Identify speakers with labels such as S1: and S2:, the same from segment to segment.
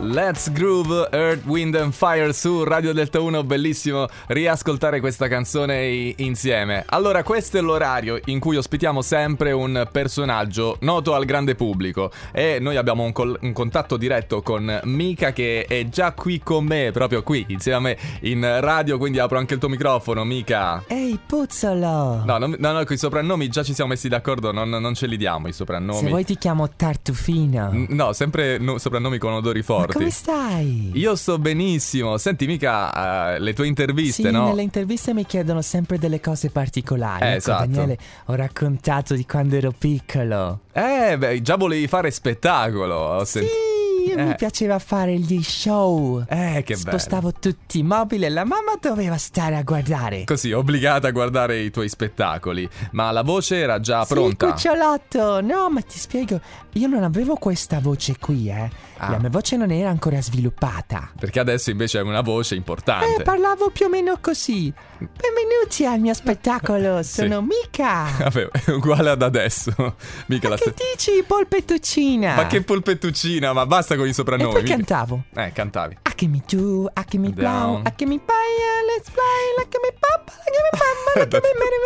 S1: Let's Groove, Earth, Wind and Fire su Radio Delta 1, bellissimo riascoltare questa canzone i- insieme. Allora, questo è l'orario in cui ospitiamo sempre un personaggio noto al grande pubblico e noi abbiamo un, col- un contatto diretto con Mika che è già qui con me, proprio qui insieme a me in radio, quindi apro anche il tuo microfono, Mika.
S2: Ehi, Puzzolo!
S1: No, non- no, no, con i soprannomi già ci siamo messi d'accordo, non, non ce li diamo i soprannomi.
S2: Se vuoi ti chiamo Tartufina.
S1: N- No, sempre no- soprannomi con odori
S2: Ma
S1: forti.
S2: come stai?
S1: Io sto benissimo. Senti, mica eh, le tue interviste,
S2: sì,
S1: no?
S2: nelle interviste mi chiedono sempre delle cose particolari.
S1: Eh,
S2: Ecco,
S1: esatto.
S2: Daniele, ho raccontato di quando ero piccolo.
S1: Eh, beh, già volevi fare spettacolo. Ho sent-
S2: Sì,
S1: Eh.
S2: mi piaceva fare gli show.
S1: Eh, che bello.
S2: Spostavo tutti i mobili e la mamma doveva stare a guardare.
S1: Così, obbligata a guardare i tuoi spettacoli. Ma la voce era già
S2: Sì,
S1: ah, pronta.
S2: cucciolotto! No, ma ti spiego, io non avevo questa voce qui, eh.
S1: Ah.
S2: La mia voce non era ancora sviluppata.
S1: Perché adesso invece hai una voce importante.
S2: Eh, parlavo più o meno così. Benvenuti al mio spettacolo,
S1: Sì.
S2: sono Mica.
S1: Vabbè, è uguale ad adesso. Mica la
S2: Che
S1: stessa.
S2: dici, polpettuccina?
S1: Ma che polpettuccina, ma basta con i
S2: E
S1: soprannomi.
S2: poi
S1: mica-
S2: cantavo.
S1: Eh, cantavi.
S2: Akemi tu, Akemi blau,
S1: Down.
S2: Akemi paia, let's fly, Akemi papa, Akemi mamma, Akemi merry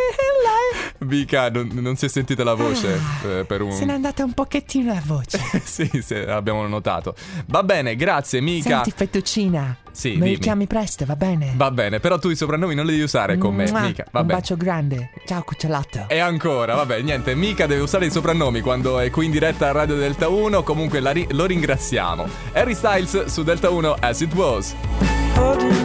S1: Mica, non, non si è sentita la voce eh, per un...
S2: Ah, Se n'è andata un pochettino la voce.
S1: sì, sì, abbiamo notato. Va bene, grazie, mica.
S2: Senti, fettuccina.
S1: Sì,
S2: Me
S1: dimmi.
S2: lo chiami presto, va bene?
S1: Va bene, però tu i soprannomi non li devi usare con me,
S2: Mua,
S1: mica. Va
S2: Un
S1: bene.
S2: bacio grande. Ciao, cucciolotto.
S1: E ancora, vabbè, niente, mica deve usare i soprannomi quando è qui in diretta a Radio Delta 1, comunque la ri- lo ringraziamo. Harry Styles su Delta 1 As It Was.
S3: Holding